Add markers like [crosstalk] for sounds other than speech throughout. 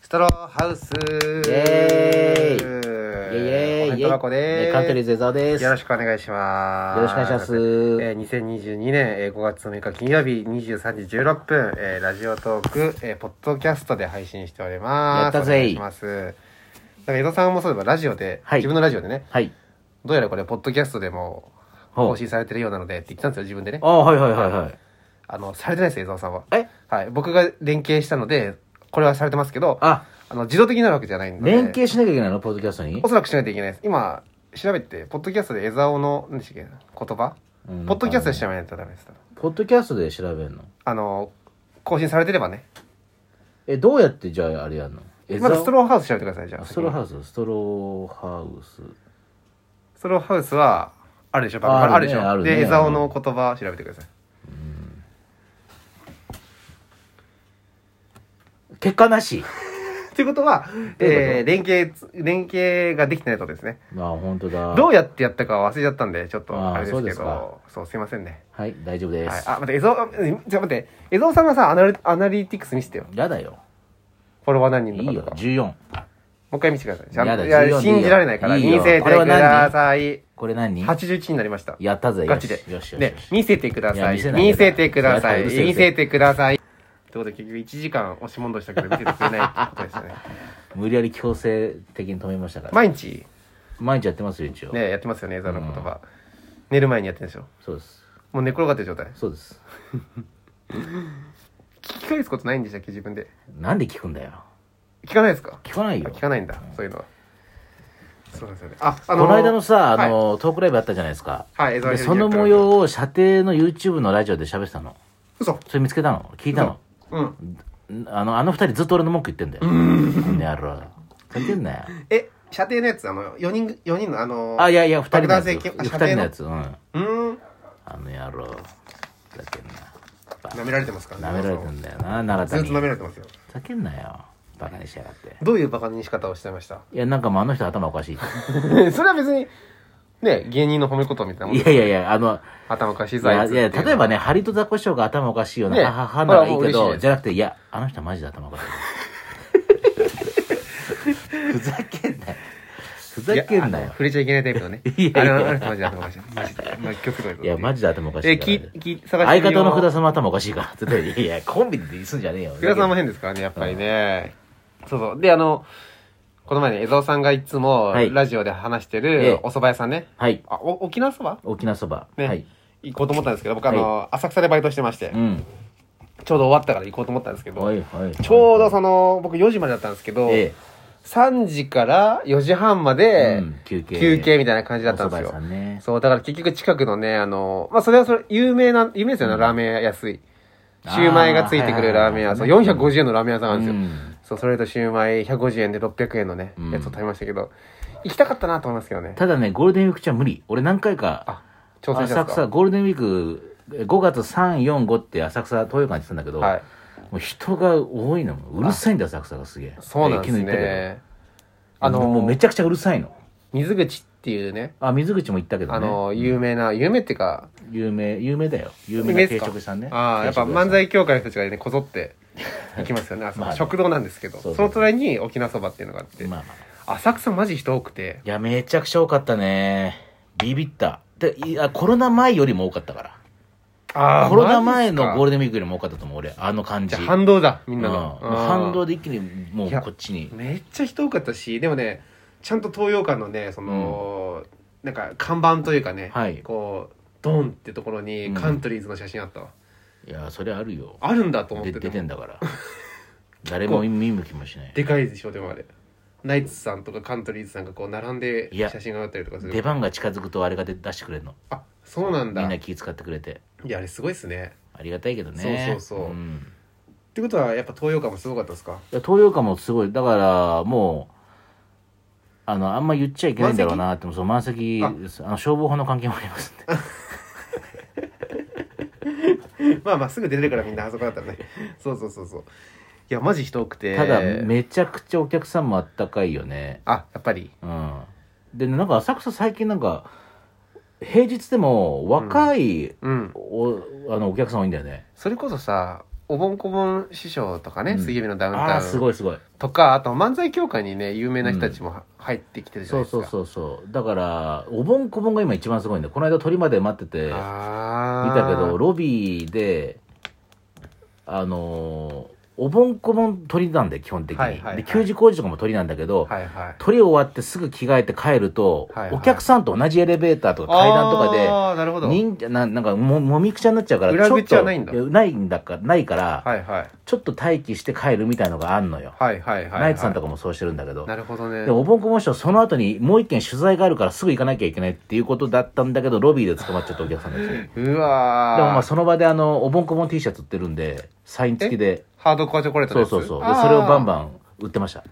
ストローハウスイエイエエコメンイエイト箱でねすカントリーズ江澤です。よろしくお願いしますよろしくお願いしますえー、2022年、えー、5月6日金曜日23時16分、えー、ラジオトーク、えー、ポッドキャストで配信しておりますやったぜお願いしますなんか江戸さんもそういえばラジオで、はい自分のラジオでねはい。どうやらこれポッドキャストでもほう更新されてるようなのでって言ってたんですよ自分でねああ、はいはいはいはい。あのされてないです江澤さんはえはい僕が連携したのでこれはされてますけどあ、あの自動的になるわけじゃないので連携しなきゃいけないのポッドキャストにおそらくしないといけないです。今、調べて、ポッドキャストで江沢の、何でしたっけ、言葉うんポッドキャストで調べないとダメです。ポッドキャストで調べるのあの、更新されてればね。え、どうやってじゃああれやんのえまずストロローハウス調べてください、じゃあ。ストローハウウスストローハウス。ス。ストローハウスは、あるでしょ、ああるあるでねしあょ。るねで、江沢の言葉調べてください。結果なし。ということは、どういうえー、連携、連携ができてないってことですね。ああ、本当だ。どうやってやったか忘れちゃったんで、ちょっと、あーあれですけそうど、そう、すいませんね。はい、大丈夫ではいす。あ、待って、江沢、えちょ、待って、江沢さんがさ、アナリアナリティクス見せてよ。やだよ。フォロワー何人いといかとか。。よ14。もう一回見せてください。ちゃんやとだいや14でいいよ信じられないから、いい見よせてくこれはだ何さい。これ何81になりました。やったぜ。ガチで。よしよしよしね、見せてくだいやさい。見せない見せてください。それはうるせえ見せてください。ってことで結局1時間押し問答したけど見せてくれないってことですよ [laughs] ね。無理やり強制的に止めましたから。毎日、毎日やってますよ、一応。ね、やってますよね、ザの言葉。寝る前にやってるんでしょ。そうです。もう寝転がってる状態。そうです。聞き返すことないんでしたっけ、自分で。なんで聞くんだよ。聞かないですか聞かないよ。聞かないんだ、そういうのは。そうなんですよね。あ、あこの間のさ、はいあの、トークライブあったじゃないですか。はい、江沢で秀その明模。様を射程の YouTube のラジオで喋ってたの。嘘。それ見つけたの聞いたの。うん。あの、あの二人ずっと俺の文句言ってんだよ。うん。やろ。ふざけんなよ。え、射程のやつ、あの、4人、四人のあの、あ、いやいや、二人のやつ。爆弾二石あ射人程ののやつ。うん。うーん。あの野郎。ふざけんな。バカ舐められてますから舐められてんだよな、奈ず良っ田とに。舐めふられてますよざけんなよ。バカにしやがって。どういうバカに仕方をしてました [laughs] いや、なんかもうあの人頭おかしいって。それは別にね芸人の褒め言葉みたいなもんいやいやいや、あの、頭おかしいいぞあやいつっいていやうのは例えばね、ハリとザコシショウが頭おかしいような、ねはははならいいけこれはもう嬉しいど、ですじゃなくて、いや、あの人はマジで頭 [laughs] おかしい。ふざけんなよ。ふざけんないやあのよ。触れちゃいけないタイプのねいやいやあのあの人マジで頭おかしいマジでまあ気をつけろよいや、マジで頭おかしえいから。聞き探して相みよ方うの福田さんも頭おかしいから。絶対にいや、コンビでいすんじゃねえよ。福田さんも変ですからねやっぱりねそうそうであのこの前ね江澤さんがいつもはいラジオで話してえるえお蕎麦屋さんねはい。あお沖縄そば沖縄そば。ねはい。行こうと思ったんですけど僕あの浅草でバイトしてましてうん。ちょうど終わったから行こうと思ったんですけどはい、はい。ちょうどそその、僕4時までだったんですけど、え3時から4時半まえでうん休憩。休憩みたいな感じだったんおで蕎す麦屋よさ。んね。そう、だから結局近くのね、あの、まあ、それはそれ、有名な、有名ですよね、ラーメン屋安い。シューマイがついてくるラーメンあ屋、ーそはう、いはいはい450円のラーメン屋さんなんですよ。うんそう、それとシューマイ150円で600円のねうん、やつを食べましたけど、行きたかったなと思いますけどね。ただね、ゴールデンウィーク中は無理。俺何回か、あ、挑戦したんで浅すか草ゴールデンウィークえ5月345って浅草東洋館に行ってたんだけど、はい。もう人が多いのもううるさいんだよ浅草がすげえそうなんですえ昨日行ったけね。どあもうのめ、ちゃくちゃうるさいの水口っていうね、あ水口も行ったけどねあの、有名な、有名っていうか、有名有名だよ有名な定食屋さんねああ、やっぱ定食屋さん漫才協会の人たちがね、こぞって行きますよね。あそこ [laughs] まあね食堂なんですけど、そうそうその隣に沖縄そばっていうのがあって、まあまあ浅草マジ人多くて、いやめちゃくちゃ多かったねビビったでいやコロナ前よりも多かったかあらコロナ前のゴールデデンウィークよりも多かったと思う俺あの感じじゃあ反動だ、みんなの。うん反動で。で一気にもういやこっちにめっちゃ人多かったし、でもね、ちゃんと東洋館のね、その、なんか看板というかね、はいこう、ドンってところにうんカントリーズの写真あったわ。いやそれあるよあるんだと思っでて出てでんだから誰も見向きもしないでかいでしょ、でもあれ。ナイツさんとかカントリーズさんがこう並んでいや写真があったりとかす出る。番が近づくとあれが出出してくれるのあ、そうなんだ。みんな気使ってくれていやあれすごいですねありがたいけどねそうそうそうんってことはやっぱ東洋館もすごかったですか [laughs] いや東洋館もすごいだからもうあのあんま言っちゃいけないんだろうなってもそう満席あですあの消防法の関係もありますんでまあまあすぐ出れるからみんなあそこだったらね [laughs] そうそうそうそういやマジ人多くてただめちゃくちゃお客さんもあったかいよねあやっぱりうんでなんか浅草最近なんか平日でも若いうんお,、あのお客さん多いんだよねそれこそさおぼんこぼん師匠とかね、うん水曜日のダウンあタあすウンごいすごいとか、あと漫才協会にね、有名な人たちもは入ってきてるじゃなそいうですか。そうそうそうだからおぼんこぼんが今一番すごいんだよこの間鳥まで待っててあ見あ。たけど、ロビーであのーおぼんこぼん鳥なんだよ基本的に、はいはいはいで給仕工事とかも鳥なんだけど、はいはい。鳥終わってすぐ着替えて帰ると、はいはいお客さんと同じエレベーターとか階段とかでああ、なるほど。はい人ななんかももみくちゃになっちゃうから裏口ちょっとはないんだやないんだかないから、はい。はいちょっと待機して帰るみたいのがあんのよ、はいはいはい。ナイツさんとかもそうしてるんだけど、なるほどね。でおぼんこぼん師匠その後にもう一件取材があるからすぐ行かなきゃいけないっていうことだったんだけどロビーで捕まっちゃったお客さんたちでうわーもまあその場であのおぼんこぼん T シャツ売ってるんでサイン付きでハードコアチョコレートのそうやつそうそうでそれをバンバン。ン売ってました、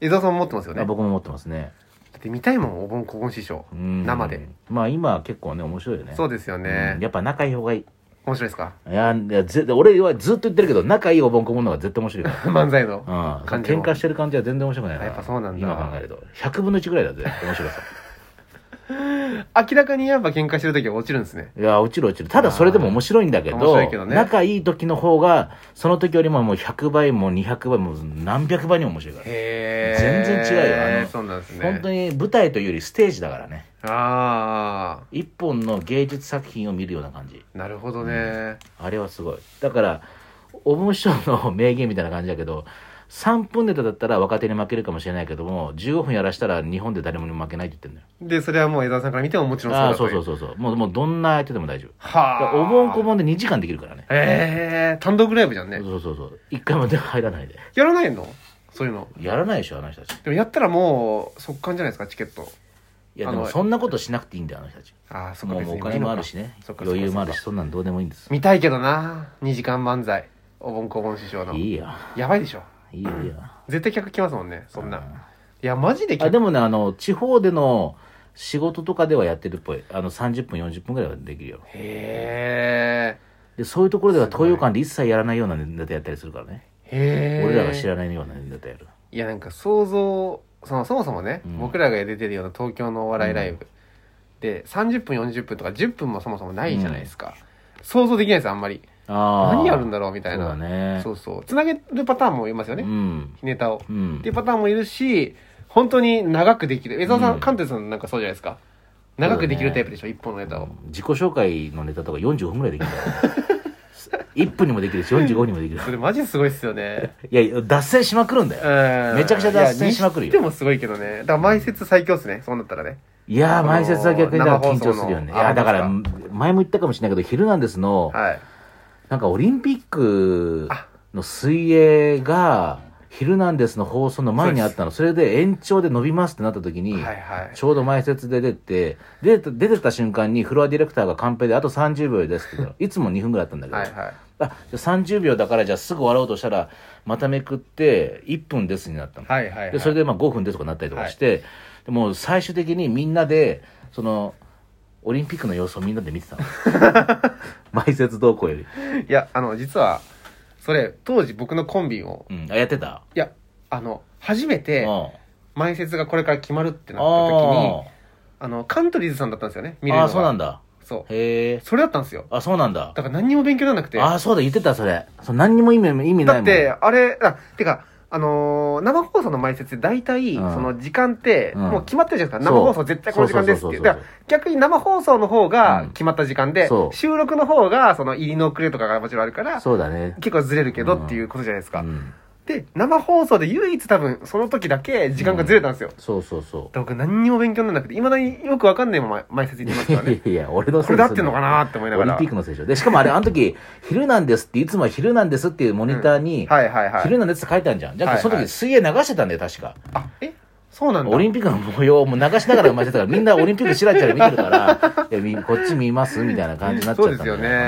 江澤さんも持ってますよね。あだ僕も持ってますねって見たいもん、お盆こぼん師匠。うん生で。まあ今は結構ね面白いよねそうですようねん。やっぱ仲いい方がいい面白いですかいやいやぜ俺はずっと言ってるけど仲いいおぼんこぼんの方が絶対面白いから漫才の。う [laughs] ん、感じも喧嘩してる感じは全然面白くないなやっぱそうなんだ今考えると100分の1ぐらいだぜ面白さ明らかにやっぱ喧嘩してる時は落ちるんですね。いや落ちる落ちるただそれでも面白いんだけどあー面白いけどね仲いい時の方がその時よりももう100倍も200倍も何百倍にも面白いから、へえ。全然違うよあのそうなんですね。本当に舞台というよりステージだからねあ一本の芸術作品を見るような感じあ、なるほどね。あれはすごいだからおぼん師匠の名言みたいな感じだけど3分ネタだったら若手に負けるかもしれないけども15分やらしたら日本で誰も負けないって言ってるんだよで、それはもう江澤さんから見てももちろんそうああだーとそいうそうう。そうそうもうもうどんな相手でも大丈夫だはかあ。らおぼんこん。ぼんで2時間できるからねええ、単独ライブじゃんね。そうそうそう一回も入らないでやらないのそういうの。やらないでしょあの人たちでもやったらもう、速乾じゃないですか、チケット。いやあでのもそんなことしなくていいんだよあの人たちああ、そっかもう別もうにお金もあるしねそっか余裕もあるそしっかそんなんどうでもいいんです見たいけどな2時間漫才おぼんこぼん師匠のいいよやばいでしょいいよいいよ絶対客来ますもんねそんないやマジであ客でもねあの地方での仕事とかではやってるっぽいあの30分40分ぐらいはできるよへでそういうところでは東洋館で一切やらないようなネタやったりするからね、えへえ俺らが知らないようなネタやるいやなんか想像そのそもそもね、うん僕らが出てるような東京のお笑いライブ、で30分40分とか10分もそもそもないじゃないですか、想像できないですあんまりああ何やるんだだろうみたいなそうだねそうそうつなげるパターンもいますよね、うんネタを、うっんていうパターンもいるし本当に長くできる江澤さん、うん関東さんなんかそうじゃないですかだね長くできるタイプでしょ、一本のネタを、自己紹介のネタとか45分ぐらいできるんだよ [laughs] 1分にもできるし45分にもできるそれマジすごいっすよねいや脱線しまくるんだうんよめちゃくちゃ脱線しまくるよいやにしてもすごいけどねだから前説最強っすねそうなったらねいやー前説は逆にだから生放緊送の張するよねいあやだから本前も言ったかもしれないけど「ヒルナンデス」のはいなんかオリンピックの水泳が「ヒルナンデス」の放送の前にあったのそれで延長で伸びますってなった時に、はいはいちょうど前説で出て出て出てた瞬間にフロアディレクターがカンペで「あと30秒です」って言った [laughs] のいつも2分ぐらいあったんだけど、はいはいあじゃあ30秒だからじゃあすぐ終わろうとしたらまためくって1分ですになったの、はいはいはいでそれでまあ5分ですとかなったりとかして、でもう最終的にみんなでそのオリンピックの様子をみんなで見て [laughs] たの前説動向より、いやあの実はそれ当時僕のコンビをうん、あやってた、いやあの初めうんて前説がこれから決まるってなった時あにあのカントリーズさんだったんですよね見れーるのあがーそうなんだそうへえそれだったんですよあそうなんだだから何にも勉強にならなくてああそうだ言ってたそれそう何にも意味意味ないだもっんて、あれ、あ、てか、あのー生放送の前説で大体、うんその時間って、うんもう決まってるじゃないですか。そう生放送絶対この時間ですっていう。そうそうそうそうだから、逆に生放送の方うがん決まった時間で、そう収録の方が、その入りの遅れとかがもちろんあるから、そうだね結構ずれるけどっていうことじゃないですか。うん、で、生放送で唯一多分、その時だけ時間がずれたんですよ。そうそうそだから僕何にも勉強にならなくて、いまだによくわかんないまま前説言ってますうからいやね [laughs] い。やいや俺のこれだってんのかなって思いながオリら。ンピックのせいでしょ。で、しかもあれ、あの時、ヒルナンデスって、いつもはヒルナンデスっていうモニターに、はいはいはヒルい。ナンデスって書いてあるじゃん。じゃはあ、いそのはい時水泳流してたんだよ、確か。あ、えそうなんだ。オリンピックの模様をもう流しながら生まれてたから、 [laughs] みんなオリンピックちらちら見てるから、いやみこっち見ますみたいな感じになっちゃそっうたんでだすよよ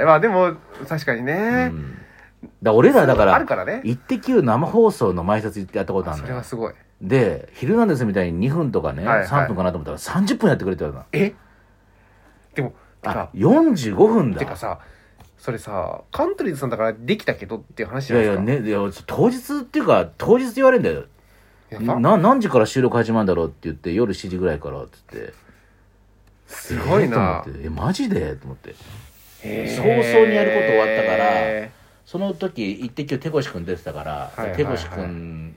ね。まあでも、確かになねう。んだから俺らだかあるからら、ねイッテ Q 生放送の前説やったことあるそのれはよ。すごい。で、ヒルナンデスみたいに2分とかね、はいはい3分かなと思ったら30分やってくれてたの。えでも、てあか、、 45分だ。てかさ、それさ、カントリーズさんだからできたけどっていう話いじゃやないいですや、か。ね、いや、当日っていうか、当日言われるんだよ。やばな何時から収録始まるんだろうって言って夜7時ぐらいからって言ってすごいなえーと思ってえマジでと思ってへー早々にやること終わったからその時「イッテ Q！」手越君出てたから、はいはいはい手越君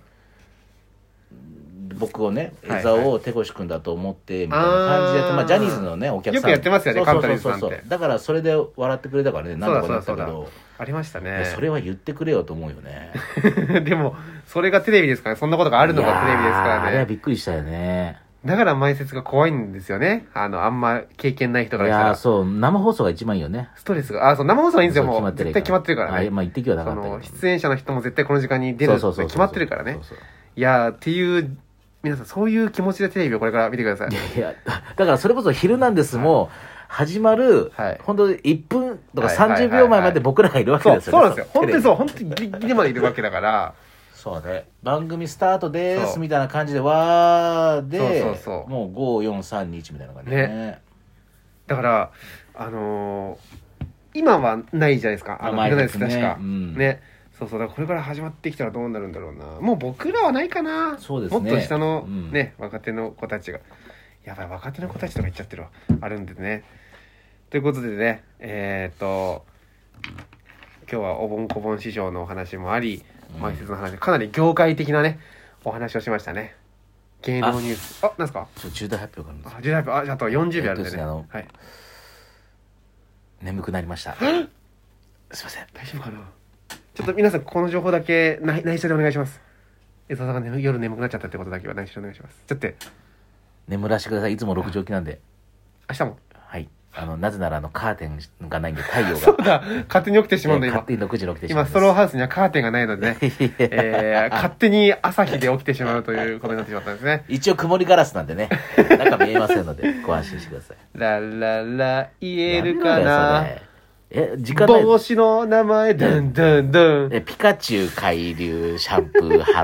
僕をねはいはい江沢を手越君だと思ってみたいな感じでやっあて、ーまあ、ジャニーズのねお客さんよくやってますよねそうそうカントリーズさんってそうそうそうだからそれで笑ってくれたからね何とかなったそうけだそうだどありましたいやねそれは言ってくれよと思うよね [laughs] でもそれがテレビですからねそんなことがああるのがテレビですかあれらはねびっくりしたよねだから前説が怖いんですよねあのあんま経験ない人いからしたやーらそう生放送が一番いいよねストレスがあそう生放送はいいんですよそうもう絶対決まってるからあいねやまあ「イッテ Q！」はなかそったけどの出演者の人も絶対この時間に出るってそうそうそうそう決まってるからねそうそういやーっていう皆さんそういう気持ちでテレビをこれから見てくださいいや、だからそれこそ「ヒルナンデス」も始まる、はい本当1分とかはいはいはいはい30秒前まで僕らがいるわけそうですそうよなんねですよ本当にそうう本当にギリギリまでいるわけだからそうね番組スタートでそすうみたいな感じでわーでそうそうそうもう54321みたいな感じでねだからあのー今はないじゃないですかあのまあいらないですないです確ねか、うんねそうそうだからこれから始まってきたらどうなるんだろうなもう僕らはないかなそうですねもっと下のうんね、若手の子たちがやばい若手の子たちとか言っちゃってるわあるんでねということでねえーっと今日はおぼんこぼん師匠のお話もありうん前説の話かなり業界的なねお話をしましたね芸能ニュースあなんですかちょっと重大発表があるんですあ10秒ああと40秒あるんでえっとですね、ねあのはい眠くなりましたすいません大丈夫かなちょっと皆さんこの情報だけ内内緒でお願いします江澤さんが、ね、夜眠くなっちゃったってことだけは内緒でお願いしますちょっと眠らしてくださいいつも6時起きなんで明日も [laughs] はいあのなぜならあのカーテンがないんで太陽そうがだ勝手に起きてしまうんだ勝今手に6時に起きてし今まうんでスすトローハウスにはカーテンがないので [laughs] ね、いやえー、勝手に朝日で起きてしまうということになってしまったんです [laughs] ね一応曇りガラスなんでね中見えませんのでご安心してくださいラララ言えるかなやめろよそれえ時間ない帽子の名前ドンドンドンえピカチュウ海流シャンプーハ